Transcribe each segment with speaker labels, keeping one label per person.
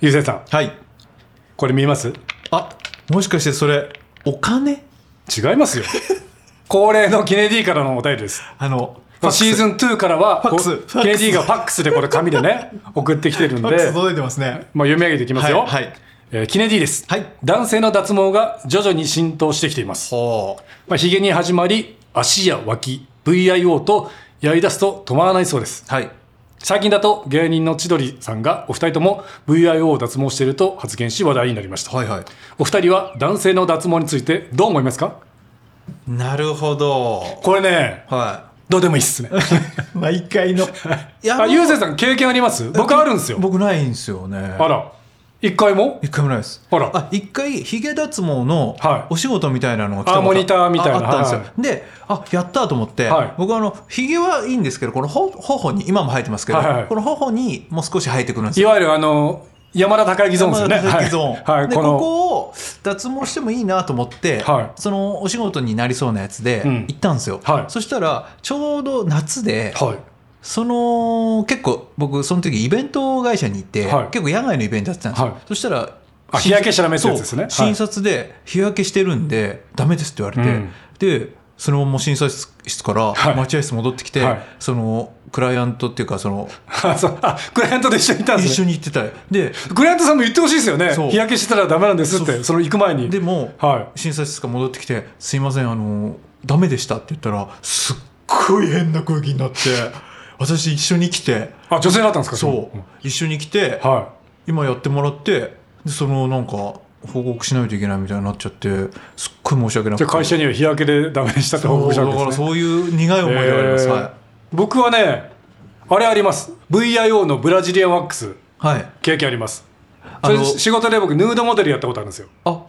Speaker 1: ゆうせいさん、
Speaker 2: はい。
Speaker 1: これ見えます
Speaker 2: あ、もしかしてそれ、お金
Speaker 1: 違い ますよ。恒例のケネディからのお便りです。
Speaker 2: あの、
Speaker 1: シーズン
Speaker 2: ン。
Speaker 1: 2からは、
Speaker 2: ファックス
Speaker 1: こう
Speaker 2: フ
Speaker 1: ケ
Speaker 2: ァック
Speaker 1: ネ
Speaker 2: ス
Speaker 1: ディがファックスでこれ紙で ね、送ってきてるん
Speaker 2: ファックス
Speaker 1: で、
Speaker 2: 届いてますね。
Speaker 1: まあ、読み上げていきますよ。
Speaker 2: はいはい
Speaker 1: えーキネディです、
Speaker 2: はい
Speaker 1: 男性の脱毛が徐々に浸透してきています。
Speaker 2: ほ
Speaker 1: まあ、ヒゲに始まり、足や脇、VIO とやり出すと止まらないそうです。
Speaker 2: う。はい。
Speaker 1: 最近だと芸人の千鳥さんがお二人とも VIO を脱毛していると発言し話題になりました。
Speaker 2: はいはい。
Speaker 1: お二人は男性の脱毛についてどう思いますか
Speaker 2: なるほど。
Speaker 1: これね、
Speaker 2: は
Speaker 1: どうでもいいっすね。
Speaker 2: い。毎回の。 いや
Speaker 1: あ、ゆうせいさん経験あります僕あるんですよ。
Speaker 2: 僕ないんですよね。
Speaker 1: あら、一回も
Speaker 2: 一回もないです。
Speaker 1: あら
Speaker 2: あ、一回、ヒゲ脱毛の
Speaker 1: はい
Speaker 2: お仕事みたいなのが来たこ
Speaker 1: あ
Speaker 2: と
Speaker 1: モニターみたいな
Speaker 2: ああったんですよ。で、あ、やったと思って、
Speaker 1: はい
Speaker 2: 僕はあの、ヒゲはいいんですけど、このほ頬に、今も生えてますけど、
Speaker 1: はいはい
Speaker 2: この頬にもう少し生えてくるんです
Speaker 1: い
Speaker 2: よ。
Speaker 1: わゆるあの、山田孝之ゾーンですよね。
Speaker 2: 山田孝之ゾーン
Speaker 1: はい。はい、
Speaker 2: で
Speaker 1: こ
Speaker 2: こ
Speaker 1: の、
Speaker 2: こを脱毛してもいいなと思って、
Speaker 1: はい
Speaker 2: そのお仕事になりそうなやつで
Speaker 1: うん
Speaker 2: 行ったんですよ、
Speaker 1: はい
Speaker 2: そしたらちょうど夏で、
Speaker 1: はい。
Speaker 2: その結構僕その時イベント会社に行って、
Speaker 1: はい
Speaker 2: 結構野外のイベントやってたんですよ、
Speaker 1: はい
Speaker 2: そしたら
Speaker 1: あ日焼けしちゃダメってやつですね
Speaker 2: そう
Speaker 1: はい
Speaker 2: 診察で日焼けしてるんでダメですって言われて、
Speaker 1: うん
Speaker 2: でそのまま診察室から
Speaker 1: はい
Speaker 2: 待合室戻ってきて、
Speaker 1: はい
Speaker 2: そのクライアントっていうかその
Speaker 1: あ、そう、あ、クライアントと一緒にいたんで
Speaker 2: 一
Speaker 1: す
Speaker 2: 緒
Speaker 1: ね。
Speaker 2: に行ってたで
Speaker 1: クライアントさんも言ってほしいですよね。
Speaker 2: そう
Speaker 1: 日焼けしてたらダメなんですって、その行く前に。
Speaker 2: でも、
Speaker 1: は
Speaker 2: 診察室から戻ってきて「すいませんあのダメでした」って言ったらすっごい変な空気になって私一緒に来て
Speaker 1: あ、女性だったんですか
Speaker 2: そう一緒に来て、
Speaker 1: う。は。
Speaker 2: 今やってもらってでそのなんか報告しないといけないみたいになっちゃってすっごい申し訳ないく
Speaker 1: じ
Speaker 2: て
Speaker 1: ゃあ会社には日焼けでダメにしたって報
Speaker 2: そう
Speaker 1: 告した
Speaker 2: だ
Speaker 1: わけ
Speaker 2: か
Speaker 1: で
Speaker 2: ら
Speaker 1: すね。
Speaker 2: そういう苦い思い出があります、
Speaker 1: えー僕はね、あれあります。VIO のブラジリアンワックス、
Speaker 2: はい、はい、
Speaker 1: 経験あります。
Speaker 2: あ
Speaker 1: それ
Speaker 2: の
Speaker 1: 仕事で僕、ヌードモデルやったことあるんですよ。
Speaker 2: あ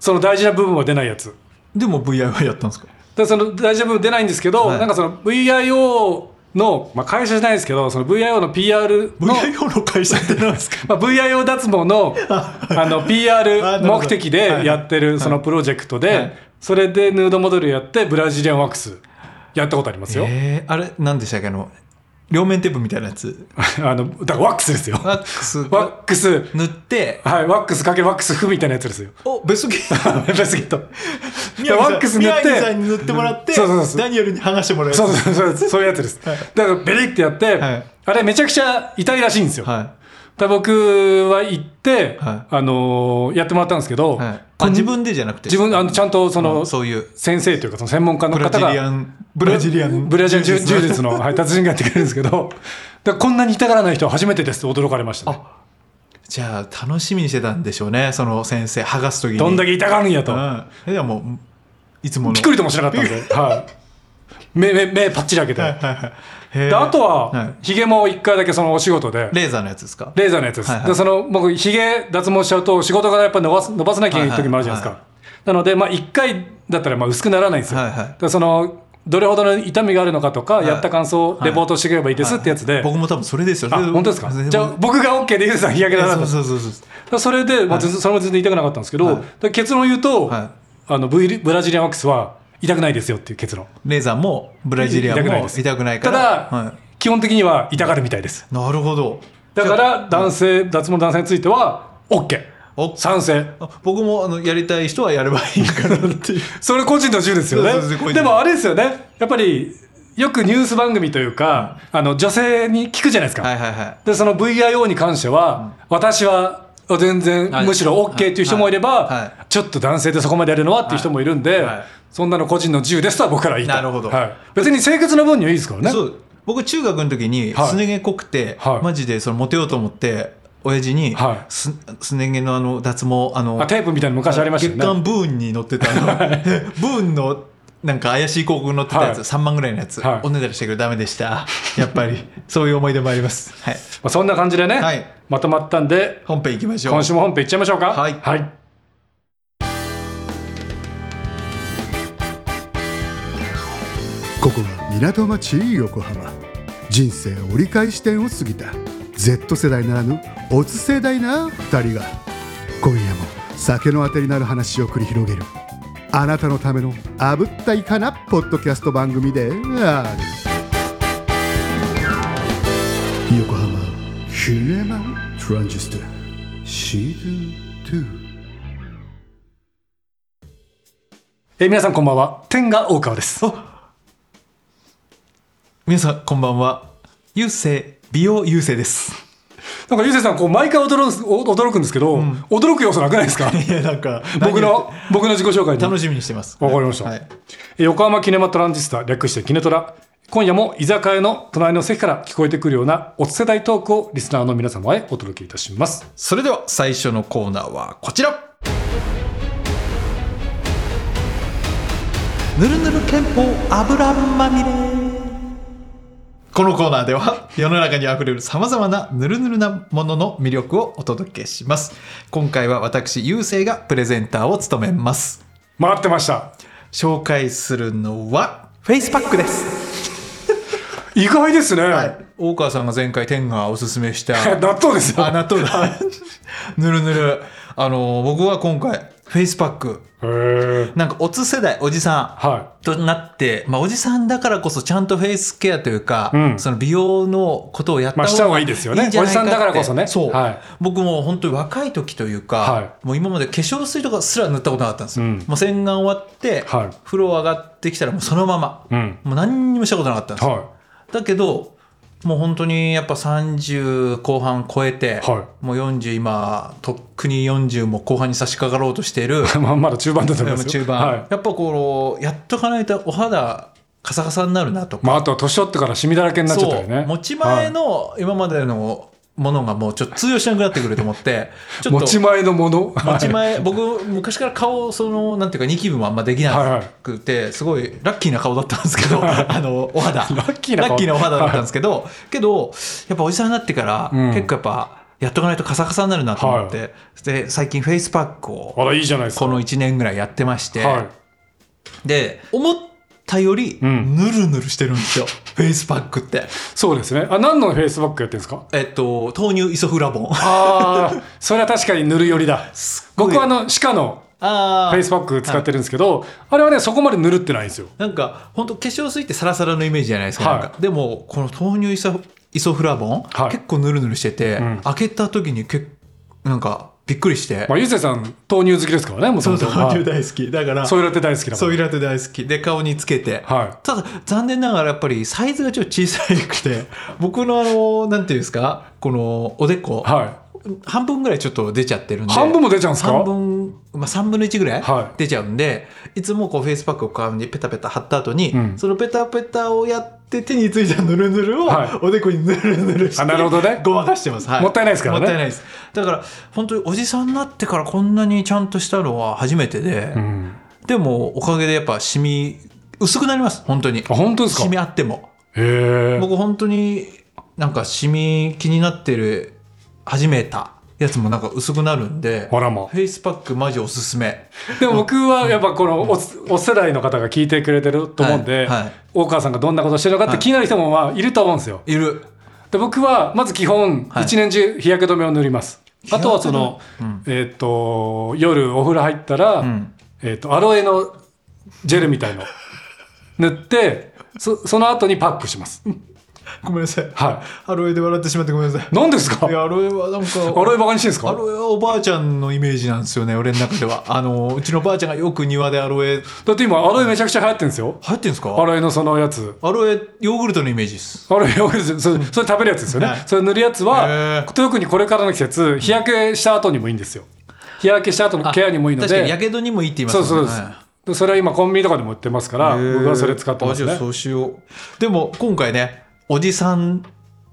Speaker 1: その大事な部分は出ないやつ。
Speaker 2: でも VIY やったんですか
Speaker 1: でその大事な部分出ないんですけど、
Speaker 2: はい
Speaker 1: なんかその VIO の、まあ、会社じゃないですけど、その VIO の PR の、
Speaker 2: VIO の会社ってなんです
Speaker 1: ま
Speaker 2: か
Speaker 1: あ、VIO 脱毛のあの PR
Speaker 2: あなるほど
Speaker 1: 目的でやってるそのプロジェクトで、
Speaker 2: はい
Speaker 1: それでヌードモデルやってブラジリアンワックスやったことありますよ、
Speaker 2: えー、あれ何でしたっけあの両面テープみたいな やつ
Speaker 1: あのだからワックスですよ
Speaker 2: ワックス
Speaker 1: ワックス
Speaker 2: 塗って
Speaker 1: はいワックスかけるワックスふみたいなやつですよ
Speaker 2: お 別に
Speaker 1: 別にとワ
Speaker 2: 宮城さん
Speaker 1: ックス塗っ
Speaker 2: 宮城さん
Speaker 1: て
Speaker 2: に塗ってもらって
Speaker 1: そうそうそう
Speaker 2: ダニエルに剥がしてもらうやつ
Speaker 1: そうそうそうそうそういうやつです、
Speaker 2: はい
Speaker 1: だからベリってやって、
Speaker 2: はい
Speaker 1: あれめちゃくちゃ痛いらしいんですよ、
Speaker 2: は
Speaker 1: だから僕は行って、
Speaker 2: は
Speaker 1: あのーやってもらったんですけど、
Speaker 2: い、はい、
Speaker 1: こ
Speaker 2: あ
Speaker 1: ん
Speaker 2: 自分でじゃなくて
Speaker 1: 自分あのちゃんとその、
Speaker 2: うんそういう
Speaker 1: 先生というかその専門家の
Speaker 2: ブラ
Speaker 1: 方
Speaker 2: ジリア
Speaker 1: が
Speaker 2: ンブラジリアン
Speaker 1: ブラジリアン柔柔
Speaker 2: の
Speaker 1: 術の、はい、達人がやってくれるんですけどだからこんなに痛がらない人は初めてですって驚かれました、ね、
Speaker 2: じゃあ楽しみにしてたんでしょうねその先生剥がす時に
Speaker 1: どんだけ痛がるんやと、
Speaker 2: うんえでももういつもの
Speaker 1: ピクリともしなかったんで、はい、目目目パッチリ開けて、
Speaker 2: はいはいはいへー
Speaker 1: であと
Speaker 2: は
Speaker 1: はいひげ、も一回だけそのお仕事で
Speaker 2: レーザーのやつですか
Speaker 1: レーザーのやつです、
Speaker 2: はいはい
Speaker 1: でその僕ひげ脱毛しちゃうと仕事からやっぱ伸ばす伸ばさなきゃいけない時もあるじゃないですか、
Speaker 2: はいは
Speaker 1: なのでまあ1回だったらまあ薄くならないんですよ、
Speaker 2: はいはい
Speaker 1: だからそのどれほどの痛みがあるのかとか、
Speaker 2: い
Speaker 1: やった感想をレポートしてくればいいですってやつで、
Speaker 2: 僕も多分それですよ
Speaker 1: あ本当ですかじゃあ僕が OK でゆうさん日焼けだなかった
Speaker 2: そうそうそうそう
Speaker 1: だからそれで、まあ、全然それも全然痛くなかったんですけど、
Speaker 2: はい
Speaker 1: だから結論を言うと、
Speaker 2: は
Speaker 1: あの V ブラジリアンワックスは痛くないですよっていう結論
Speaker 2: レーザーもブラジリアン
Speaker 1: 痛くない
Speaker 2: も
Speaker 1: です
Speaker 2: 痛くない
Speaker 1: た
Speaker 2: か
Speaker 1: だ
Speaker 2: ら、は
Speaker 1: 基本的には痛がるみたいです
Speaker 2: い、なるほど
Speaker 1: だから男性脱毛の男性については OK
Speaker 2: お
Speaker 1: 賛成
Speaker 2: あ僕もあのやりたい人はやればいいかなっていう
Speaker 1: それ個人の自由ですよ
Speaker 2: そうそうそう個
Speaker 1: ね
Speaker 2: 人
Speaker 1: でもあれですよねやっぱりよくニュース番組というか、あの女性に聞くじゃないですか、
Speaker 2: はいはいはい
Speaker 1: でその VIO に関しては、私は全然
Speaker 2: はい
Speaker 1: むしろ OK っていう人もいれば、
Speaker 2: はいはい
Speaker 1: ちょっと男性でそこまでやるのはっていう人もいるんで、
Speaker 2: はいはい
Speaker 1: そんなの個人の自由ですとは僕から言いたい
Speaker 2: なるほど
Speaker 1: はい、別に清潔な分にはいいですからね
Speaker 2: そう僕中学の時に
Speaker 1: はい
Speaker 2: すね毛濃くて、
Speaker 1: はい
Speaker 2: マジでそのモテようと思って親父に
Speaker 1: はい
Speaker 2: す,、ね毛のあの脱毛あの
Speaker 1: あテープみたいなの昔ありましたよね
Speaker 2: 月刊ブーンに載ってたあの ブーンのなんか怪しい広告に載ってたやつ、
Speaker 1: はい
Speaker 2: 3万ぐらいのやつ、
Speaker 1: はい
Speaker 2: おねだりしたけどダメでしたやっ ぱりそういう思い出もあります、はい、
Speaker 1: まあ、そんな感じでね、
Speaker 2: はい
Speaker 1: まとまったんで
Speaker 2: 本編いきましょう
Speaker 1: 今週も本編いっちゃいましょうか
Speaker 2: はい
Speaker 3: ここは港町横浜人生折り返し点を過ぎた Z 世代ならぬオツ世代な2人が今夜も酒のあてになる話を繰り広げるあなたのためのあぶったいかなポッドキャスト番組である横浜シネマトランジスタシーズン
Speaker 1: えー皆さんこんばんは天が大川です
Speaker 2: あ皆さんこんばんは優勢美容優勢です
Speaker 1: なんかゆうせいさんこう毎回驚くお驚くんですけど、驚く要素なくないですか
Speaker 2: いや なんか
Speaker 1: 僕の僕の自己紹介に
Speaker 2: 楽しみにしてます
Speaker 1: わかりました
Speaker 2: はい、
Speaker 1: えー横浜キネマトランジスタ略してキネトラ今夜も居酒屋の隣の席から聞こえてくるようなおつ世代トークをリスナーの皆様へお届けいたします
Speaker 2: それでは最初のコーナーはこちらぬるぬる憲法油まみれこのコーナーでは世の中にあふれるさまざまなぬるぬるなものの魅力をお届けします今回は私優勢がプレゼンターを務めます
Speaker 1: 待ってました
Speaker 2: 紹介するのはフェイスパックです、
Speaker 1: 意外ですね、
Speaker 2: 大川さんが前回天がおすすめ した
Speaker 1: 納豆ですよ
Speaker 2: あ、納豆だ。 ぬるぬる。あの、僕は今回、フェイスパック。
Speaker 1: へー
Speaker 2: なんか、オツ世代、おじさん。
Speaker 1: は
Speaker 2: となって、まあ、おじさんだからこそちゃんとフェイスケアというか、
Speaker 1: うん
Speaker 2: その美容のことをやった
Speaker 1: まあし
Speaker 2: 方
Speaker 1: た方
Speaker 2: が
Speaker 1: がい
Speaker 2: いい
Speaker 1: い
Speaker 2: で
Speaker 1: ですす
Speaker 2: よ
Speaker 1: よね
Speaker 2: ねっ
Speaker 1: お
Speaker 2: て
Speaker 1: じさんだからこそね
Speaker 2: そう、
Speaker 1: はい
Speaker 2: 僕も本当に若い時というか、
Speaker 1: は
Speaker 2: もう今まで化粧水とかすら塗ったことなかったんですよ、
Speaker 1: うん
Speaker 2: もう洗顔終わって、
Speaker 1: はい
Speaker 2: 風呂上がってきたらもうそのまま、
Speaker 1: いうん
Speaker 2: もう何にもしたことなかったんですよ、
Speaker 1: は
Speaker 2: だけどもう本当にやっぱ30後半超えて、
Speaker 1: は
Speaker 2: もう40今とっくに40も後半に差し掛かろうとして いる
Speaker 1: いまあまだ中盤だと思いますよ
Speaker 2: 中盤、
Speaker 1: はい
Speaker 2: やっぱこうやっとかないとお肌カサカサになるなとか、
Speaker 1: まあ、あとは年取ってからシミだらけになっちゃった
Speaker 2: そ
Speaker 1: よ
Speaker 2: う
Speaker 1: ね
Speaker 2: 持ち前の今までのものがもうちょっと通用しなくなってくると思ってちょ
Speaker 1: 持
Speaker 2: っと
Speaker 1: ち前のもの
Speaker 2: 持ち前僕昔から顔そのなんていうかニキビもあんまできなくて、すごいラッキーな顔だったんで すけどあのお肌ラ
Speaker 1: ッキーな顔
Speaker 2: お肌だったんですけど、けどやっぱおじさんになってから、
Speaker 1: うん
Speaker 2: 結構やっぱやっとかないとカサカサになるなと思って、で最近フェイスパック
Speaker 1: あ
Speaker 2: を
Speaker 1: らいいじゃないですか
Speaker 2: この1年ぐらいやってまして、
Speaker 1: はい
Speaker 2: で思ったより
Speaker 1: うん
Speaker 2: ぬるぬるしてるんですよ、フェイスパックって。
Speaker 1: そうですねあ何のフェイスバックやってるんですか
Speaker 2: えっと豆乳イソフラ ボン。
Speaker 1: ああそれは確かに塗るよりだ
Speaker 2: ごい
Speaker 1: 僕はあの歯科の
Speaker 2: あ
Speaker 1: フェイスパック使ってるんですけど、あれはねそこまでぬるってないんですよ
Speaker 2: なんか本当化粧水ってサラサラのイメージじゃないですか,、
Speaker 1: はい
Speaker 2: なんかでもこの豆乳イソイソフラボン、
Speaker 1: はい
Speaker 2: 結構ヌルヌルしてて、
Speaker 1: ん
Speaker 2: 開けた時にけなんかびっくりして、
Speaker 1: まあ、ゆうせいさん豆乳好きですからねもともとはい
Speaker 2: 大好きだから
Speaker 1: そういうラテ大好きだか
Speaker 2: ソ
Speaker 1: ら
Speaker 2: イラテ大好きで顔につけて、
Speaker 1: は
Speaker 2: ただ残念ながらやっぱりサイズがちょっと小さくて 僕のあのなんていうんですかこのおでこ、
Speaker 1: はい
Speaker 2: 半分ぐらいちょっと出ちゃってるんで
Speaker 1: 半分も出ちゃうんですか
Speaker 2: 3分、まあ、3分の1ぐらい
Speaker 1: はい
Speaker 2: 出ちゃうんで、い、つもこうフェイスパックを顔にペタペタ貼った後に、
Speaker 1: うん
Speaker 2: そのペタペタをやって手についたぬるぬるを
Speaker 1: は
Speaker 2: おでこにぬるぬるして、
Speaker 1: あなるほどね
Speaker 2: ごまかしてます、は
Speaker 1: もったいないですからね
Speaker 2: もったいないですだから本当におじさんになってからこんなにちゃんとしたのは初めてで、
Speaker 1: うん
Speaker 2: でもおかげでやっぱシミ薄くなります本当に
Speaker 1: あ本当ですか
Speaker 2: シミ
Speaker 1: へ
Speaker 2: あっても
Speaker 1: え
Speaker 2: 僕本当になんかシミ気になってる始めたやつもなんか薄くなるんで
Speaker 1: あらま
Speaker 2: フェイスパックマジおすすめ
Speaker 1: でも僕はやっぱこのおつお世代の方が聞いてくれてると思うんで、
Speaker 2: はいはい
Speaker 1: 大川さんがどんなことをしてるのかって気になる人もまあいると思うんですよ
Speaker 2: いる
Speaker 1: で僕はまず基本
Speaker 2: はい
Speaker 1: 一年中日焼け止めを塗ります、
Speaker 2: 日
Speaker 1: あ
Speaker 2: 焼
Speaker 1: と
Speaker 2: け止め
Speaker 1: はその、
Speaker 2: うん
Speaker 1: えーっと夜お風呂入ったら、
Speaker 2: ん
Speaker 1: えーっとアロエのジェルみたいの塗ってそその後にパックします
Speaker 2: ごめんなさい
Speaker 1: は
Speaker 2: アロエで笑ってしまってごめんなさい
Speaker 1: い何ですか
Speaker 2: いやアロエはなんか
Speaker 1: アロエバカにしてんですか
Speaker 2: アロエはおばあちゃんのイメージなんですよね俺の中で はあのうちのばあちゃんがよく庭でアロエ流
Speaker 1: だって今アロエめちゃくちゃ流行ってるんですよ
Speaker 2: 行ってんです
Speaker 1: ア
Speaker 2: か
Speaker 1: ロエのそのやつ
Speaker 2: アロエヨーグルトのイメージです
Speaker 1: あれよくそれそれ食べるやつですよね、
Speaker 2: はい
Speaker 1: それ塗るやつ
Speaker 2: へ
Speaker 1: は
Speaker 2: ー
Speaker 1: 特にこれからの季節日焼けした後にもいいんですよ日焼けした後のケアにもいいの
Speaker 2: 確かにや
Speaker 1: で
Speaker 2: けどにもいいって言います
Speaker 1: そ
Speaker 2: も
Speaker 1: うん
Speaker 2: ね
Speaker 1: そうです、でそれは今コンビニとかでも売ってますから
Speaker 2: へー
Speaker 1: 僕はそれ使ってます
Speaker 2: あじゃあ
Speaker 1: ね
Speaker 2: そうしようでも今回ねおじさん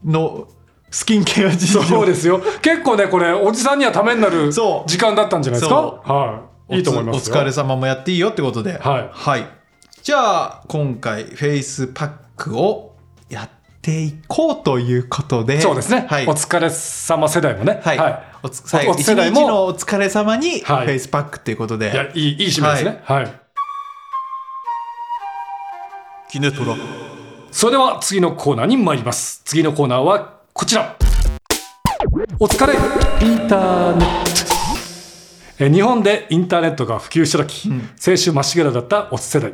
Speaker 2: のスキンケア事情
Speaker 1: そうですよ結構ねこれおじさんにはためになる
Speaker 2: そう
Speaker 1: 時間だったんじゃないですか
Speaker 2: そ
Speaker 1: はいいいと思います
Speaker 2: お
Speaker 1: よ
Speaker 2: 疲れ様もやっていいよってことでは
Speaker 1: はい
Speaker 2: じゃあ今回フェイスパックをやっていこうということで
Speaker 1: そうですね、
Speaker 2: はい
Speaker 1: お疲れ様世代もね
Speaker 2: はい、
Speaker 1: は
Speaker 2: おつ最後
Speaker 1: お世
Speaker 2: 一
Speaker 1: 代
Speaker 2: 日
Speaker 1: も
Speaker 2: のお疲れ様にフ
Speaker 1: はい
Speaker 2: ェイスパックということで、
Speaker 1: い、いやいいいい締めですねはい、
Speaker 2: キネトラ
Speaker 1: それでは次のコーナーに参ります次のコーナーはこちらお疲れインターネットえー日本でインターネットが普及した時、青春まっしぐらだったオツ世代、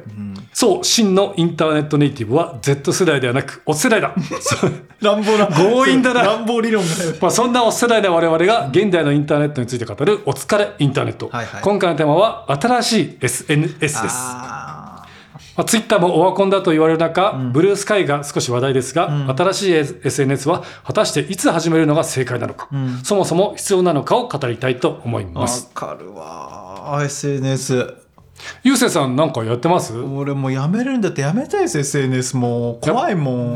Speaker 1: そう真のインターネットネイティブは Z 世代ではなくオツ世 代だそう
Speaker 2: 乱暴な
Speaker 1: 強引だな
Speaker 2: 乱暴理論が
Speaker 1: まあ、そんなお世代の我々が現代のインターネットについて語るお疲れインターネット、
Speaker 2: はいはい
Speaker 1: 今回のテーマは新しい SNS です
Speaker 2: あ
Speaker 1: まあ、ツイッターもオワコンだと言われる中、ブルースカイが少し話題ですが、新しい SNS は果たしていつ始めるのが正解なのか、そもそも必要なのかを語りたいと思い
Speaker 2: ーわ
Speaker 1: ます。
Speaker 2: かるわ SNS
Speaker 1: ゆうせいさんなんかやってます
Speaker 2: 俺もうやめるんだってやめたいです SNS もう怖いもん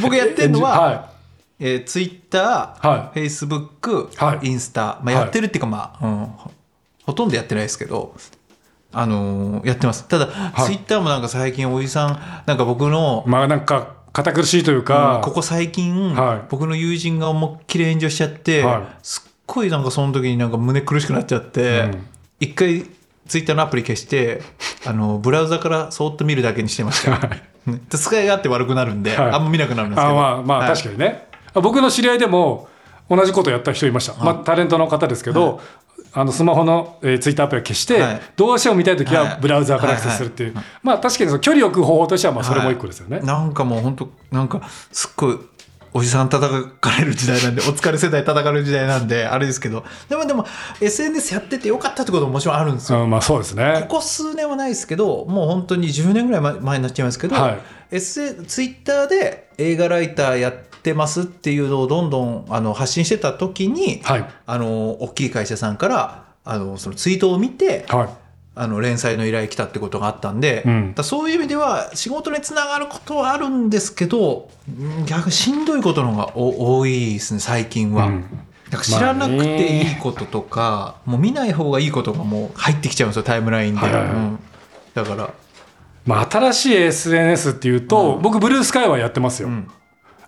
Speaker 2: 僕やってるのは、
Speaker 1: は
Speaker 2: えー、Twitter、
Speaker 1: は
Speaker 2: Facebook、
Speaker 1: はい
Speaker 2: インスタ、まあ、
Speaker 1: はい
Speaker 2: やってるっていうか、まあうんほほとんどやってないですけど、あのーやってますただ、
Speaker 1: い
Speaker 2: Twitter もなんか最近おじさんなんか僕の
Speaker 1: い。、まあなんか堅苦しいという
Speaker 2: う
Speaker 1: か
Speaker 2: ん、ここ最近、
Speaker 1: はい
Speaker 2: 僕の友人が思いっきり炎上しちゃって、
Speaker 1: はい
Speaker 2: すっごいなんかその時になんか胸苦しくなっちゃって、
Speaker 1: うん
Speaker 2: 一回 Twitter のアプリ消してあのブラウザからそーっと見るだけにしてました、ねで使い勝手悪くなるんで、
Speaker 1: はい
Speaker 2: あんま見なくなるんですけど
Speaker 1: あまあまあ、
Speaker 2: はい
Speaker 1: 確かにねあ僕の知り合いでも同じことやった人いました、まあ、タレントの方ですけど、あのスマホの、えー、ツイッターアプリを消して、
Speaker 2: はい
Speaker 1: どうしても見たい時
Speaker 2: は
Speaker 1: はいブラウザーからアクセスするっていう、まあ確かにその距離を置く方法としてはまあそれも一個ですよね、
Speaker 2: はいなんかもう本当なんかすっごいおじさん叩かれる時代なんでお 疲れ世代叩かれる時代なんであれですけどでもでも SNS やっててよかったってことももちろんあるんですよ
Speaker 1: うん、まあそうですね
Speaker 2: ここ数年はないですけどもう本当に10年ぐらい前前になっちゃいますけど、
Speaker 1: はい
Speaker 2: S、ツイッターで映画ライターやってますっていうのをどんどんあの発信してた時に、
Speaker 1: はい
Speaker 2: あの大きい会社さんからあのそのツイートを見て、
Speaker 1: はい
Speaker 2: あの連載の依頼来たってことがあったんで、
Speaker 1: うん
Speaker 2: だからそういう意味では仕事につながることはあるんですけどうん逆にしんどいことの方がお多いですね最近は。
Speaker 1: うん
Speaker 2: なんか知らなくていいこととか、もう見ない方がいいことがもう入ってきちゃうんですよタイムラインで、
Speaker 1: はいはいはい
Speaker 2: うんだから、
Speaker 1: まあ新しい SNS っていうと、僕ブルースカイはやってますよ、
Speaker 2: うん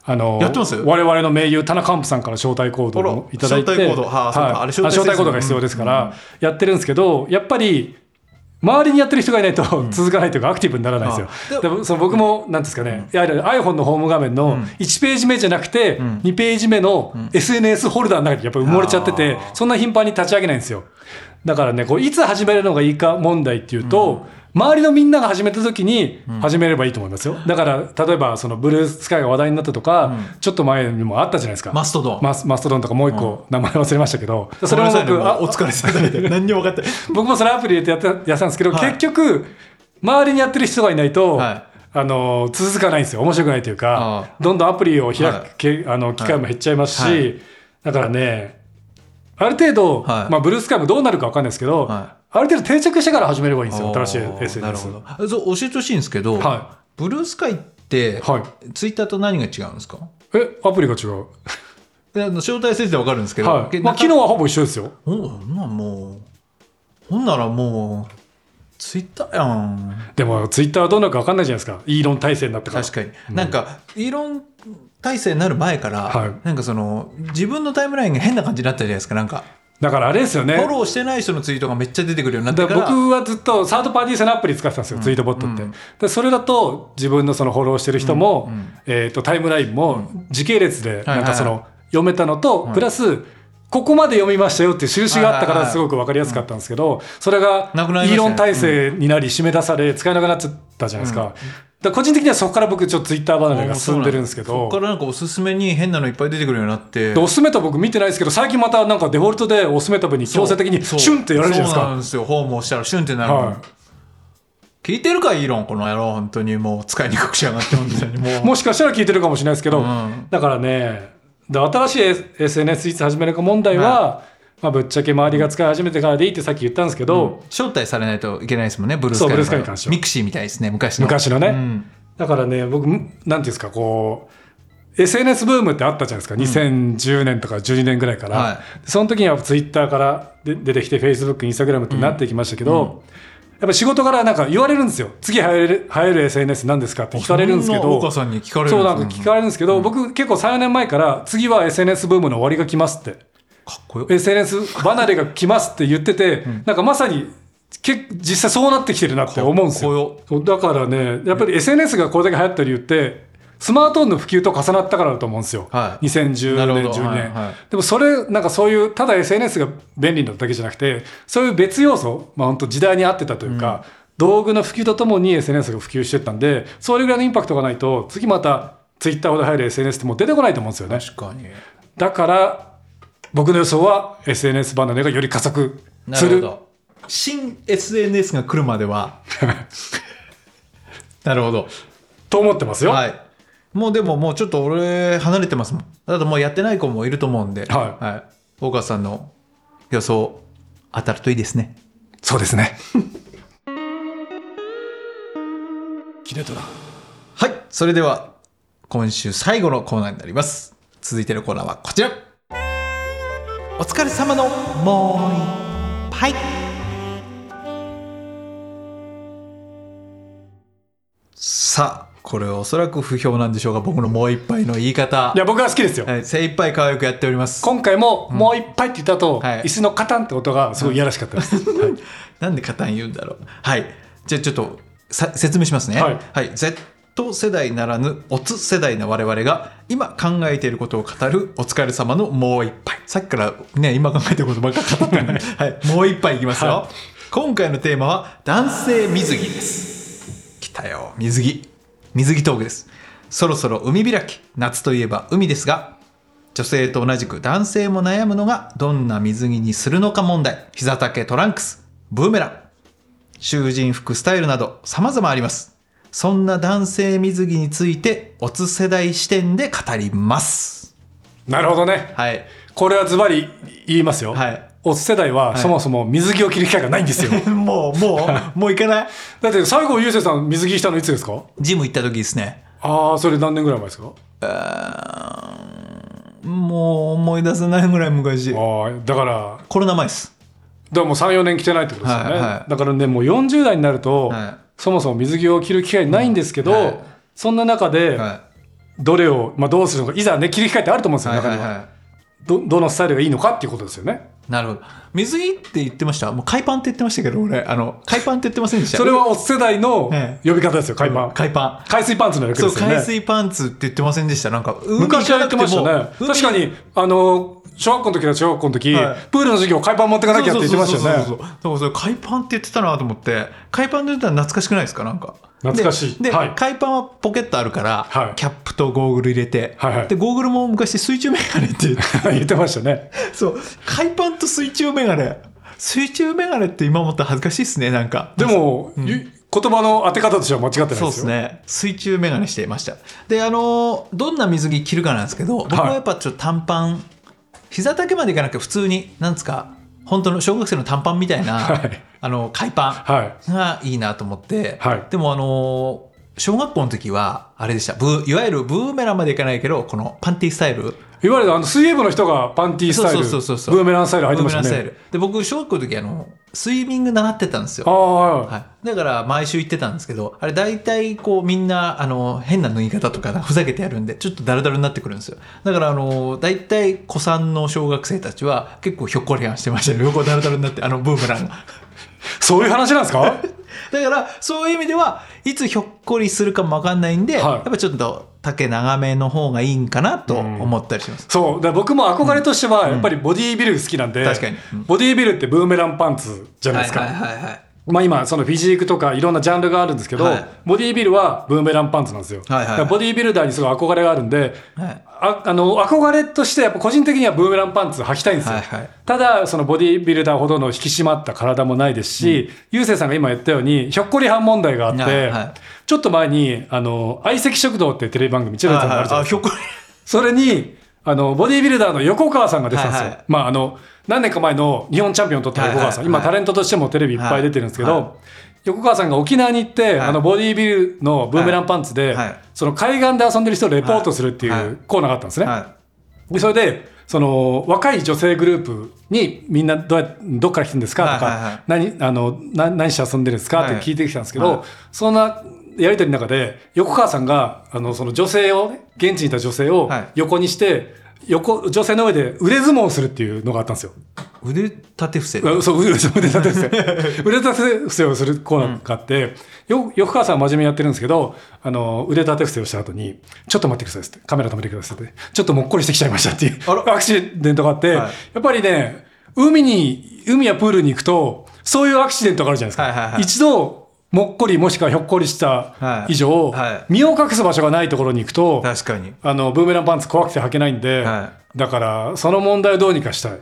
Speaker 1: あの
Speaker 2: やってます
Speaker 1: 我々の盟友田中幹部さんから招待コードをいただいて
Speaker 2: あら招待コードはあそうかあれ招
Speaker 1: 招待
Speaker 2: 待制で
Speaker 1: コー
Speaker 2: すね
Speaker 1: ドが必要ですから、やってるんですけどやっぱり周りにやってる人がいないと続かないというかアクティブにならないです
Speaker 2: あ
Speaker 1: よ。
Speaker 2: で
Speaker 1: でもその僕もなんですかね、いやいや iPhone のホーム画面
Speaker 2: う
Speaker 1: の
Speaker 2: ん
Speaker 1: 1ページ目じゃなくて
Speaker 2: ん
Speaker 1: 2ページ目の SNS ホルダーの中にやっぱり埋もれちゃってて
Speaker 2: あー
Speaker 1: そんな頻繁に立ち上げないんですよ。だからねこういつ始めるのがいいか問題っていうと、周りのみんなが始めた時に始めればいいと思いますよ。だから例えばそのブルースカイが話題になったとか、ちょっと前にもあったじゃないですか。
Speaker 2: マストドン
Speaker 1: マスマストドンとかもう一個名前忘れましたけど、それも
Speaker 2: ごめんなさいね
Speaker 1: 僕
Speaker 2: もう
Speaker 1: あ
Speaker 2: お疲れさま で何にも分かってない
Speaker 1: 僕もそれアプリ入れてやってやってたんですけど、
Speaker 2: はい
Speaker 1: 結局周りにやってる人がいないと、
Speaker 2: はい
Speaker 1: あの続かないんですよ面白くないという
Speaker 2: あ
Speaker 1: かどんどんアプリを開く、
Speaker 2: はい
Speaker 1: けあの機会も減っちゃいますし、
Speaker 2: はい
Speaker 1: だからねある程度、
Speaker 2: はい
Speaker 1: まあ、ブルースカイもどうなるか分かんないですけど、
Speaker 2: は
Speaker 1: ある程度定着してから始めればいいんですよ新しい
Speaker 2: おー
Speaker 1: SNS。
Speaker 2: なるほどあそう教えてほしいんですけど、
Speaker 1: は
Speaker 2: ブルースカイって、
Speaker 1: はい
Speaker 2: ツイッターと何が違うんですか
Speaker 1: えアプリが違う、
Speaker 2: であの招待制でわかるんですけど、
Speaker 1: はい
Speaker 2: け
Speaker 1: まあ、機能はほぼ一緒ですよ
Speaker 2: ほんほんならもうほんならもうツイッターやん
Speaker 1: でもツイッターはどうなるか分かんないじゃないですかイーロン体制になったから
Speaker 2: 確かに、なんかイーロン体制になる前から、
Speaker 1: はい
Speaker 2: なんかその自分のタイムラインが変な感じになったじゃないですかなんか
Speaker 1: だからあれですよね
Speaker 2: フォローしてない人のツイートがめっちゃ出てくるようになって
Speaker 1: だ
Speaker 2: か
Speaker 1: からら僕はずっとサードパーティー製のアプリ使ってたんですよ、ツイートボットって、でそれだと自分のそのフォローしてる人も、
Speaker 2: うんうん
Speaker 1: えー、とタイムラインも時系列で
Speaker 2: はい
Speaker 1: なんかそ
Speaker 2: はい
Speaker 1: の読めたのと、
Speaker 2: い
Speaker 1: プラスここまで読みましたよっていう印があったか
Speaker 2: は
Speaker 1: ら
Speaker 2: いはいはい
Speaker 1: すごく分かりやすかったんですけどそれがイ
Speaker 2: なくなりましたね
Speaker 1: ーロン体制になり締め出され使えなくなっちゃったじゃないですか,、だから個人的にはそこから僕ちょっとツイッター離れが進んでるんですけ
Speaker 2: そ
Speaker 1: ど
Speaker 2: こからなんかおすすめに変なのいっぱい出てくるようになって
Speaker 1: でおすすめと僕見てないですけど最近またなんかデフォルトでおすすめとぶに強制的にシ
Speaker 2: そう
Speaker 1: ュンってやられるじゃないです
Speaker 2: そうな
Speaker 1: か
Speaker 2: んですよホームをしたらシュンってなる、
Speaker 1: は
Speaker 2: 聞いてるかイーロンこの野郎本当にもう使いにくくしやがって本当にもう
Speaker 1: もしかしたら聞いてるかもしれないですけど、
Speaker 2: ん
Speaker 1: だからね、だ新しい SNS いつ始めるか問題は、まあ、ぶっちゃけ周りが使い始めてからでいいってさっき言ったんですけど、
Speaker 2: 招待されないといけないですもんねブルースカ
Speaker 1: そ
Speaker 2: イ
Speaker 1: うブ
Speaker 2: の
Speaker 1: ルースカイに関しては
Speaker 2: ミクシーみたいですね昔の
Speaker 1: 昔のね、
Speaker 2: うん
Speaker 1: だからね、僕、むなんていうんですか、こう、SNS ブームってあったじゃないですか、2010年とか12年ぐらいから、
Speaker 2: はい
Speaker 1: その時にはツイッターからで出てきて、フェイスブック、インスタグラムってなってきましたけど、やっぱ仕事からなんか言われるんですよ、次流行る流行る SNS なんですかって聞かれるんですけ
Speaker 2: そな
Speaker 1: ど、
Speaker 2: 岡さんに聞かれる
Speaker 1: そ
Speaker 2: ん
Speaker 1: う
Speaker 2: で
Speaker 1: な
Speaker 2: す
Speaker 1: ん
Speaker 2: ね
Speaker 1: か聞かれるんですけど、僕結構34年前から次は SNS ブームの終わりが来ますって
Speaker 2: かっこよ
Speaker 1: SNS 離れが来ますって言ってて、なんかまさにけ実際そうなってきてるなって思うんですよ
Speaker 2: かっこ
Speaker 1: そうだからねやっぱり SNS がこれだけ流行った理由ってスマートフォンの普及と重なったからだと思うんですよ。
Speaker 2: はいな
Speaker 1: 2010
Speaker 2: るほ
Speaker 1: 年、
Speaker 2: ど
Speaker 1: 12年、
Speaker 2: はいはい
Speaker 1: でもそれ、なんかそういう、ただ SNS が便利だっただけじゃなくて、そういう別要素、まあ本当時代に合ってたというか、道具の普及とともに SNS が普及してったんで、それぐらいのインパクトがないと、次また Twitter ほど入る SNS ってもう出てこないと思うんですよね。
Speaker 2: 確かに
Speaker 1: だから、僕の予想は SNS 離れがより加速
Speaker 2: な
Speaker 1: す
Speaker 2: るほ
Speaker 1: る。
Speaker 2: ど新 SNS が来るま ではなるほど
Speaker 1: と思ってますよ。
Speaker 2: はいもうでももうちょっと俺離れてますもんだともうやってない子もいると思うんで
Speaker 1: は
Speaker 2: 大川さんの予想当たるといいですね
Speaker 1: そうですね。キレトだ。
Speaker 2: はいそれでは今週最後のコーナーになります続いてのコーナーはこちらお疲れ様のもう一杯さあこれはおそらく不評なんでしょうが僕のもう一杯の言い方
Speaker 1: いや、僕は好きですよ。
Speaker 2: はい、精一杯可愛くやっております
Speaker 1: 今回ももう一杯って言った後、
Speaker 2: はい
Speaker 1: 椅子のカタンって音がすごいいやらしかったです。はい
Speaker 2: なんで肩に言うんだろう。はい。じゃあちょっとさ説明しますね。は
Speaker 1: はいい。
Speaker 2: Z 世代ならぬオツ世代な我々が今考えていることを語るお疲れ様のもう一杯。さっきからね、今考えてることばっかり語ってるんで、 はい、もう一杯いきますよ。
Speaker 1: は
Speaker 2: 今回のテーマは男性水着です。来たよ、水着。水着トークです。そろそろ海開き。夏といえば海ですが、女性と同じく男性も悩むのがどんな水着にするのか問題膝丈トランクスブーメラン囚人服スタイルなど様々ありますそんな男性水着についてオツ世代視点で語ります
Speaker 1: なるほどね。
Speaker 2: はい
Speaker 1: これはズバリ言いますよ。
Speaker 2: はい
Speaker 1: オツ世代はそもそも水着を着る機会がないん ですよ。
Speaker 2: もうもう もう行かない
Speaker 1: だって最後、ゆうせいさん水着したのいつですか
Speaker 2: ジム行った時ですね
Speaker 1: ああ、それ何年ぐらい前ですか
Speaker 2: もう思い出せないぐらい昔
Speaker 1: ああ、だから、
Speaker 2: コロナ前です
Speaker 1: だからもう3、4年着てないってことですよね。
Speaker 2: はいはい
Speaker 1: だからね、もう40代になると、
Speaker 2: はい
Speaker 1: そもそも水着を着る機会ないんですけど、
Speaker 2: はい
Speaker 1: そんな中で、
Speaker 2: は
Speaker 1: どれを、まあ、どうするのか、いざね、着る機会ってあると思うんです
Speaker 2: い
Speaker 1: よ、
Speaker 2: は
Speaker 1: 中
Speaker 2: いは
Speaker 1: に
Speaker 2: い
Speaker 1: は
Speaker 2: は
Speaker 1: ど。どのスタイルがいいのかっていうことですよね。
Speaker 2: いなるほど水着って言ってましたもう海パンって言ってましたけど俺あの海パンって言ってませんでした
Speaker 1: それはお世代の
Speaker 2: え
Speaker 1: 呼び方ですよ、海パン。
Speaker 2: 海パン
Speaker 1: 海水パンツの略
Speaker 2: そ
Speaker 1: で
Speaker 2: う、
Speaker 1: すよね。
Speaker 2: 海水パンツって言ってませんでした。なんか、
Speaker 1: 昔はやってましたね。
Speaker 2: 海に
Speaker 1: 確かに、あの、小学校の時は小学校の時、
Speaker 2: はい
Speaker 1: プールの授業、海パン持ってかなきゃって言ってましたよね。
Speaker 2: そうそうそうそうだからそれ海パンって言ってたなと思って、海パンで言ったら懐かしくないですかなんか。
Speaker 1: 懐かしい
Speaker 2: で、で
Speaker 1: はい
Speaker 2: 海パンはポケットあるから、
Speaker 1: はい
Speaker 2: キャップとゴーグル入れて、
Speaker 1: はいはい
Speaker 2: で、ゴーグルも昔水中メガネって言って、
Speaker 1: 言ってましたね。
Speaker 2: そう、海パンと水中メガネ。水中メガネって今思ったら恥ずかしいですね、なんか。
Speaker 1: でも、ゆ言葉の当て方としては間違ってないです
Speaker 2: そう
Speaker 1: よ。
Speaker 2: ですね水中メガネしていましたであのーどんな水着着るかなんですけど僕はやっぱちょっと短パン、膝丈までいかなくて普通になんですか本当の小学生の短パンみたいな、
Speaker 1: はい
Speaker 2: あの海パ
Speaker 1: はい。
Speaker 2: ンがいいなと思って、
Speaker 1: はい
Speaker 2: でもあのー小学校の時はあれでしたブーいわゆるブーメランまでいかないけどこのパンティスタイル
Speaker 1: いわゆるあの水泳部の人がパンティースタイル、ブ
Speaker 2: そうそうそうそう
Speaker 1: ーメランスタイル履いてました
Speaker 2: ブーメランス
Speaker 1: ね。
Speaker 2: タイルで僕小学校の時あのスイミング習ってたんですよ
Speaker 1: ああ、はい
Speaker 2: はい、だから毎週行ってたんですけどあれ大体こうみんなあの変な縫い方とかふざけてやるんでちょっとダルダルになってくるんですよだからあの大体子さんの小学生たちは結構ひょっこりはんしてましたね横ダルダルになってあのブームランが
Speaker 1: そういう話なんですか
Speaker 2: だからそういう意味ではいつひょっこりするかもわかんないんで、
Speaker 1: はい
Speaker 2: やっぱちょっと丈長めの方がいいんかなと思ったりします、
Speaker 1: そう。だから僕も憧れとしては、やっぱりボディービル好きなんで、
Speaker 2: 確かにうん
Speaker 1: ボディービルってブーメランパンツじゃないですか。
Speaker 2: はいはい
Speaker 1: まあ、今そのフィジークとかいろんなジャンルがあるんですけど、
Speaker 2: はい
Speaker 1: ボディービルはブーメランパンツなんですよ、
Speaker 2: はいはいはい
Speaker 1: だからボディービルダーにすごい憧れがあるんで、
Speaker 2: はい
Speaker 1: ああの憧れとしてやっぱ個人的にはブーメランパンツ履きたいんですよ、
Speaker 2: はいはい
Speaker 1: ただそのボディービルダーほどの引き締まった体もないですし、ゆうせいさんが今言ったようにひょっこりはん問題があって、
Speaker 2: はいはい
Speaker 1: ちょっと前にあの相席食堂ってテレビ番組千
Speaker 2: は
Speaker 1: 代田
Speaker 2: い
Speaker 1: さんがあるじゃない
Speaker 2: あ
Speaker 1: ですか
Speaker 2: ひょっこり
Speaker 1: それにあのボディービルダーの横川さんが出てたんですよ、
Speaker 2: はいはい
Speaker 1: まああの何年か前の日本チャンピオンを取った横川さん、
Speaker 2: はいはいはい
Speaker 1: 今タレントとしてもテレビいっぱい出てるんですけど、
Speaker 2: はいはい
Speaker 1: 横川さんが沖縄に行って、
Speaker 2: はい
Speaker 1: あのボディービルのブーメランパンツで、
Speaker 2: はいはい
Speaker 1: その海岸で遊んでる人をレポートするって
Speaker 2: はい
Speaker 1: い
Speaker 2: はいう
Speaker 1: コーナーがあったんですね、
Speaker 2: は
Speaker 1: でそれでその若い女性グループにみんなどうやどっから来てるんですかとか、
Speaker 2: はいはいはい
Speaker 1: 何あのな何して遊んでるんですかって聞いてきたんですけど、
Speaker 2: はいはい
Speaker 1: そんなやり取りの中で横川さんがあのその女性をね現地にいた女性を
Speaker 2: はい
Speaker 1: 横にして、横女性の上で腕相撲をするっていうのがあったんですよ。
Speaker 2: い腕立て伏せ
Speaker 1: あそう腕立て伏せ腕立て伏せをするコーナーがあって、よ横川さんは真面目にやってるんですけどあの腕立て伏せをした後に「ちょっと待ってください」っつって「カメラ止めてください」って「ちょっともっこりしてきちゃいました」っていう
Speaker 2: あら
Speaker 1: アクシデントがあって、
Speaker 2: はい
Speaker 1: やっぱりね海に海やプールに行くとそういうアクシデントがあるじゃないですか、
Speaker 2: はいはいはい
Speaker 1: 一度もっこりもしくはひょっこりした以上、
Speaker 2: はいはい
Speaker 1: 身を隠す場所がないところに行くと
Speaker 2: 確かに
Speaker 1: あのブーメランパンツ怖くて履けないんで、
Speaker 2: は
Speaker 1: だからその問題をどうにかしたい。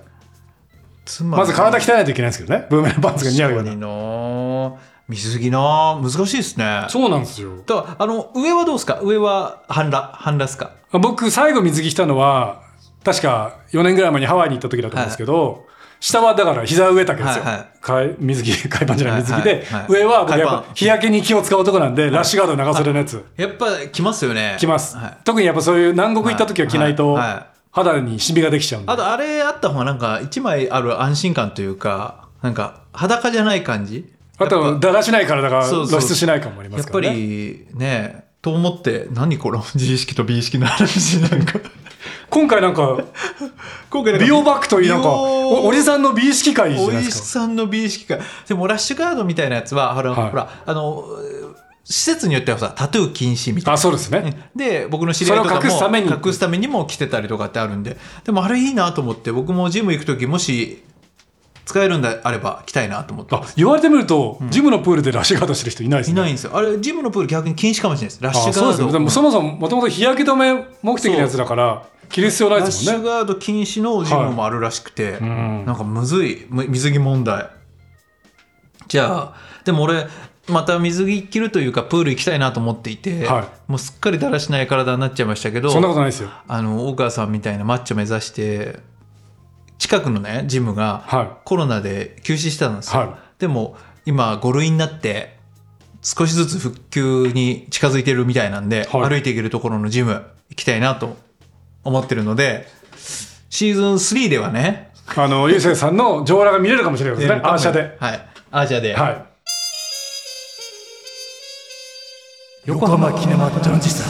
Speaker 2: つま
Speaker 1: まず体鍛えないといけないんですけどね。ブーメランパンツが似合うよう
Speaker 2: 確か
Speaker 1: に。
Speaker 2: にな水着な難しいですね
Speaker 1: そうなんですよ。
Speaker 2: だからあの上はどうですか上は半裸半裸ですか
Speaker 1: 僕、最後水着着たのは、確か4年ぐらい前にハワイに行った時だと思うんですけど、下はだから膝上丈ですよ。
Speaker 2: はいはい
Speaker 1: かい水着、 海パンじゃない水着で、
Speaker 2: はいはいはい
Speaker 1: 上は僕やっ
Speaker 2: 海
Speaker 1: ぱ
Speaker 2: パン
Speaker 1: 日焼けに気を使う男なんで、ラッシュガード長袖のやつ
Speaker 2: やっぱ来ますよね
Speaker 1: 着ます、
Speaker 2: はい
Speaker 1: 特にやっぱそういう南国行った時は着ないと
Speaker 2: はいはいはい、
Speaker 1: 肌にシミができちゃうんで。
Speaker 2: あとあれあった方がなんか一枚ある安心感というかなんか裸じゃない感じ
Speaker 1: あとは、だらしない体が
Speaker 2: そう
Speaker 1: 露
Speaker 2: そう
Speaker 1: 出しない感もありま
Speaker 2: やっ
Speaker 1: すか
Speaker 2: ぱ
Speaker 1: らね。
Speaker 2: りねと思って何この自意識と美意識の話なんか
Speaker 1: 今回なんか、
Speaker 2: 今回なんか
Speaker 1: 美容バッグというなんか、
Speaker 2: 美容
Speaker 1: おおじさんの美意識会じゃ
Speaker 2: お
Speaker 1: ない
Speaker 2: 医
Speaker 1: で
Speaker 2: 者
Speaker 1: すか。
Speaker 2: さんの美意識かでもラッシュガードみたいなやつはほら,、
Speaker 1: はい
Speaker 2: ほらあの施設によってはさタトゥー禁止みたい
Speaker 1: あ、そうですね。
Speaker 2: なで僕の知り合いとかも
Speaker 1: それを隠すために
Speaker 2: 隠すためにも着てたりとかってあるんででもあれいいなと思って僕もジム行く時もし使えるんであれば着たいなと思って
Speaker 1: あ言われてみると、ジムのプールでラッシュガードしてる人いないです
Speaker 2: い
Speaker 1: ね。
Speaker 2: ないんですよあれジムのプール逆に禁止かもしれないですラッ
Speaker 1: あ
Speaker 2: シュガー
Speaker 1: そう
Speaker 2: ド
Speaker 1: ですね。でもそもそももともと日焼け止め目的のやつだから、着る必要ない
Speaker 2: ラッ
Speaker 1: です
Speaker 2: シ
Speaker 1: もん
Speaker 2: ュ
Speaker 1: ね。
Speaker 2: ガード禁止のジムもあるらしくて、
Speaker 1: ん
Speaker 2: なんかむずいむ水着問題じゃあでも俺また水着着るというかプール行きたいなと思っていて、
Speaker 1: は
Speaker 2: もうすっかりだらしない体になっちゃいましたけど
Speaker 1: そんなことないですよ。
Speaker 2: あの大川さんみたいなマッチョ目指して近くのねジムが
Speaker 1: は
Speaker 2: コロナで休止してたんですよ、
Speaker 1: は
Speaker 2: でも今5類になって少しずつ復旧に近づいてるみたいなんで、
Speaker 1: はい
Speaker 2: 歩いていけるところのジム行きたいなと思ってるのでシーズン3ではね
Speaker 1: あの、ゆうせいさんの上裸が見れるかもしれないですね。アーシャで。
Speaker 2: はいアーシャで、
Speaker 1: はい。
Speaker 2: 横浜キネマトランジス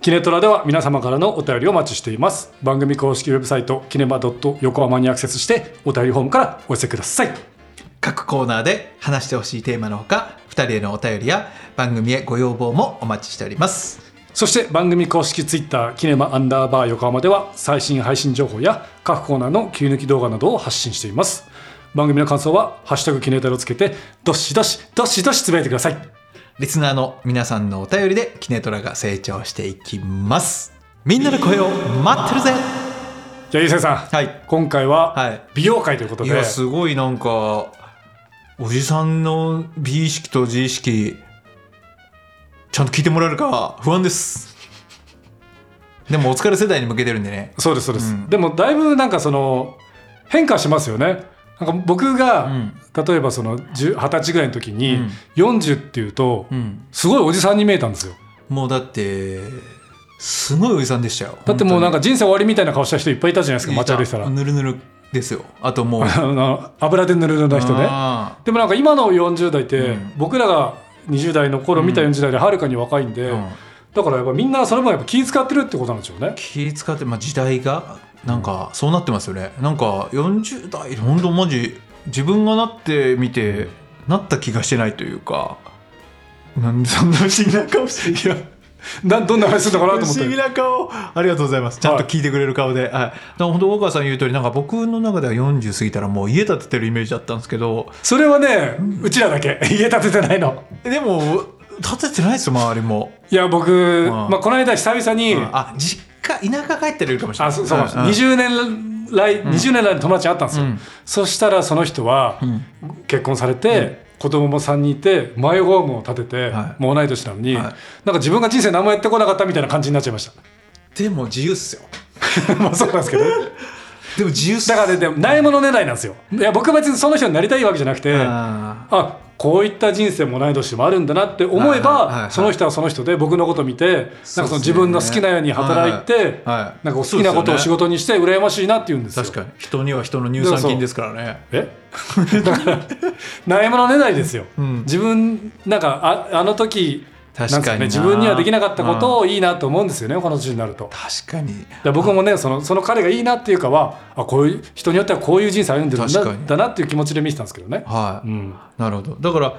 Speaker 1: キネトラでは皆様からのお便りをお待ちしています。番組公式ウェブサイト、キネマドット横浜にアクセスして、お便りフォームからお寄せください。
Speaker 2: 各コーナーで話してほしいテーマのほか2人へのお便りや番組へご要望もお待ちしております
Speaker 1: そして番組公式ツイッターキネマアンダーバー横浜では最新配信情報や各コーナーの切り抜き動画などを発信しています番組の感想は「ハッシュタグキネタル」をつけてどしどしどしどしつぶやいてください
Speaker 2: リスナーの皆さんのお便りでキネトラが成長していきますみんなの声を待ってるぜ
Speaker 1: じゃあゆうせいさん、
Speaker 2: はい
Speaker 1: 今回
Speaker 2: は
Speaker 1: はい美容会ということ
Speaker 2: い
Speaker 1: で、
Speaker 2: やすごいなんかおじさんの美意識と自意識ちゃんと聞いてもらえるか不安ですでもお疲れ世代に向けてるんでね
Speaker 1: そうですそうです、でもだいぶなんかその変化しますよねなんか僕が、
Speaker 2: ん
Speaker 1: 例えばその10 20歳ぐらいの時に、
Speaker 2: ん
Speaker 1: 40っていうと、
Speaker 2: うん
Speaker 1: すごいおじさんに見えたんですよ
Speaker 2: もうだってすごいおじさんでしたよ
Speaker 1: だってもうなん
Speaker 2: か
Speaker 1: か人生終わりみたいな顔した人いっぱいいたじゃないですか街歩いてたら
Speaker 2: ぬるぬるですよあともう
Speaker 1: あの油で塗るような人ね
Speaker 2: あ
Speaker 1: でもなんか今の40代って、
Speaker 2: ん
Speaker 1: 僕らが20代の頃見た40代ではるかに若いんで、
Speaker 2: ーうん
Speaker 1: だからやっぱみんなそれもやっぱ気遣ってるってことなんでしょうね
Speaker 2: 気使って、まあ、時代がなんかそうなってますよねなんか40代本当マジ自分がなってみてなった気がしてないというかなんでそんな不思議な顔し ていや
Speaker 1: などんな話するのかなと思っ
Speaker 2: 不思議
Speaker 1: て
Speaker 2: な顔ありがとうございますちゃんと聞いてくれる顔で、はいだから本当大川さん言う通りなんか僕の中では40過ぎたらもう家建ててるイメージだったんですけど
Speaker 1: それはねうちらだけ 家建ててないの
Speaker 2: でも建ててないですよ周りも
Speaker 1: いや僕、
Speaker 2: ん
Speaker 1: まあ、この間久々に、
Speaker 2: あ実家田舎帰ってるかもしれな
Speaker 1: あ
Speaker 2: い
Speaker 1: そうそう、
Speaker 2: んん
Speaker 1: 20年来20年来の友達に会ったんですよ、
Speaker 2: うん
Speaker 1: そしたらその人は結婚されて、子供も3人いてマイホームを建てて、
Speaker 2: はい
Speaker 1: もう同い年なのに、
Speaker 2: はい
Speaker 1: なんか自分が人生何もやってこなかったみたいな感じになっちゃい まし
Speaker 2: でも自由っすよ
Speaker 1: たまあそうなんですけど
Speaker 2: でも自由っす
Speaker 1: だからねでもないものねだいなんですよいや僕は別にその人になりたいわけじゃなくてあ
Speaker 2: あー
Speaker 1: こういった人生も同い年もあるんだなって思えば、
Speaker 2: はいはいはいはい
Speaker 1: その人はその人で僕のこと見てなんかその
Speaker 2: そうっすね
Speaker 1: 自分の好きなように働いて、
Speaker 2: はいはい
Speaker 1: なんか好きなことを仕事にして羨ましいなって言うんですよ
Speaker 2: 確かに人には人の乳酸菌ですからね
Speaker 1: え だからないものねだりですよ、自分なんかああの時
Speaker 2: 確かにな
Speaker 1: なんですね、自分にはできなかったことをいいなと思うんですよね、この年になると。
Speaker 2: 確かに
Speaker 1: だから僕もねそのその彼がいいなっていうかはあこういう人によってはこういう人生歩んでるんだ
Speaker 2: 確かに
Speaker 1: だなっていう気持ちで見てたんですけどね。
Speaker 2: はい、
Speaker 1: うん、
Speaker 2: なるほどだから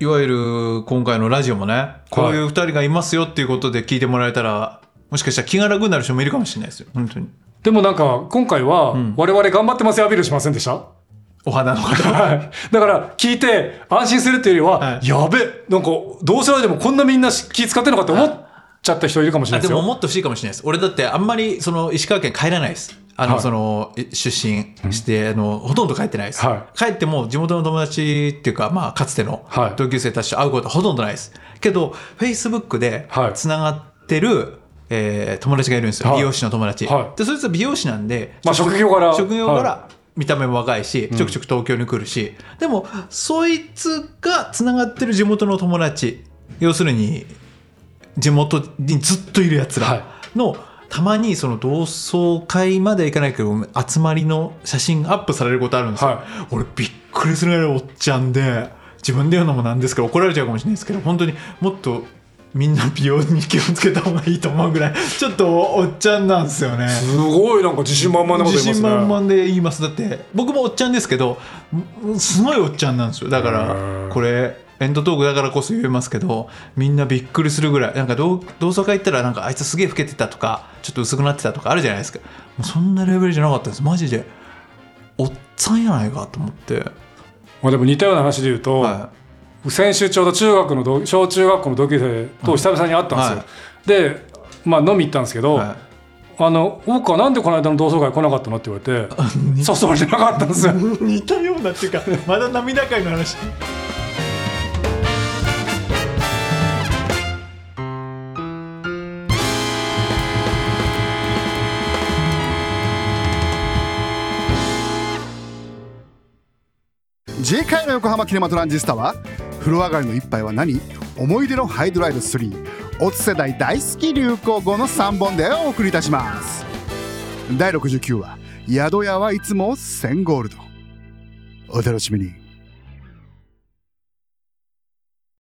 Speaker 2: いわゆる今回のラジオもねこういう2人がいますよっていうことで聞いてもらえたらもしかしたら気が楽になる人もいるかもしれないですよ本当に
Speaker 1: でもなんか今回は我々頑張ってますよアピールしませんで した、
Speaker 2: お花の方
Speaker 1: はいだから聞いて安心するっていうよりは、
Speaker 2: はい
Speaker 1: やべなんかどうせらでもこんなみんな気使ってるのかって思っちゃった人いるかもしれ
Speaker 2: あ
Speaker 1: ないで
Speaker 2: ですも
Speaker 1: よ。
Speaker 2: 思ってほしいかもしれないです俺だってあんまりその石川県帰らないですあの、
Speaker 1: はい
Speaker 2: そのい出身して、あのほとんど帰ってないです、
Speaker 1: は
Speaker 2: 帰っても地元の友達っていうか、まあ、かつての
Speaker 1: はい
Speaker 2: 同級生たちと会うことはほとんどないですけどフェイスブックで
Speaker 1: はい
Speaker 2: つながってる、えー友達がいるんですよ、
Speaker 1: はい
Speaker 2: 美容師の友達、
Speaker 1: はい
Speaker 2: でそいつは美容師なんで、
Speaker 1: まあ職業から
Speaker 2: 職業から、
Speaker 1: は
Speaker 2: 見た目も若いしちょくちょく東京に来るし、でもそいつがつながってる地元の友達要するに地元にずっといるやつ
Speaker 1: はい
Speaker 2: らの、たまにその同窓会まではいかないけど集まりの写真がアップされることあるんですよ、
Speaker 1: はい
Speaker 2: 俺びっくりするぐらいのおっちゃんで自分で言うのもなんですけど怒られちゃうかもしれないですけど本当にもっとみんな美容に気をつけた方がいいと思うぐらいちょっとおっちゃんなんですよね
Speaker 1: すごいなんか自信満々なこと言いますね。
Speaker 2: 自信満々で言いますだって僕もおっちゃんですけどんすごいおっちゃんなんですよだか
Speaker 1: へー
Speaker 2: らこれエンドトークだからこそ言えますけどみんなびっくりするぐらいなんか同同窓会行ったらなんかあいつすげえ老けてたとかちょっと薄くなってたとかあるじゃないですかもうそんなレベルじゃなかったですマジでおっさんやないかと思って、
Speaker 1: まあ、でも似たような話で言うと、
Speaker 2: は
Speaker 1: 先週ちょうど中学の同小中学校の同級生と久々に会ったんですよ。
Speaker 2: は
Speaker 1: で、まあ、飲み行ったんですけ
Speaker 2: い
Speaker 1: ど、
Speaker 2: は
Speaker 1: あの「大川なんでこの間の同窓会来なかったの?」って言わ れて誘われてなかったんですよ。
Speaker 2: い、 似たようなっていうかまだ涙会の話
Speaker 3: 次回の横浜キネマトランジスタは風呂上がりの一杯は何思い出のハイドライド3オツ世代大好き流行語の3本でお送りいたします第69話宿屋はいつも1000ゴールドお楽しみに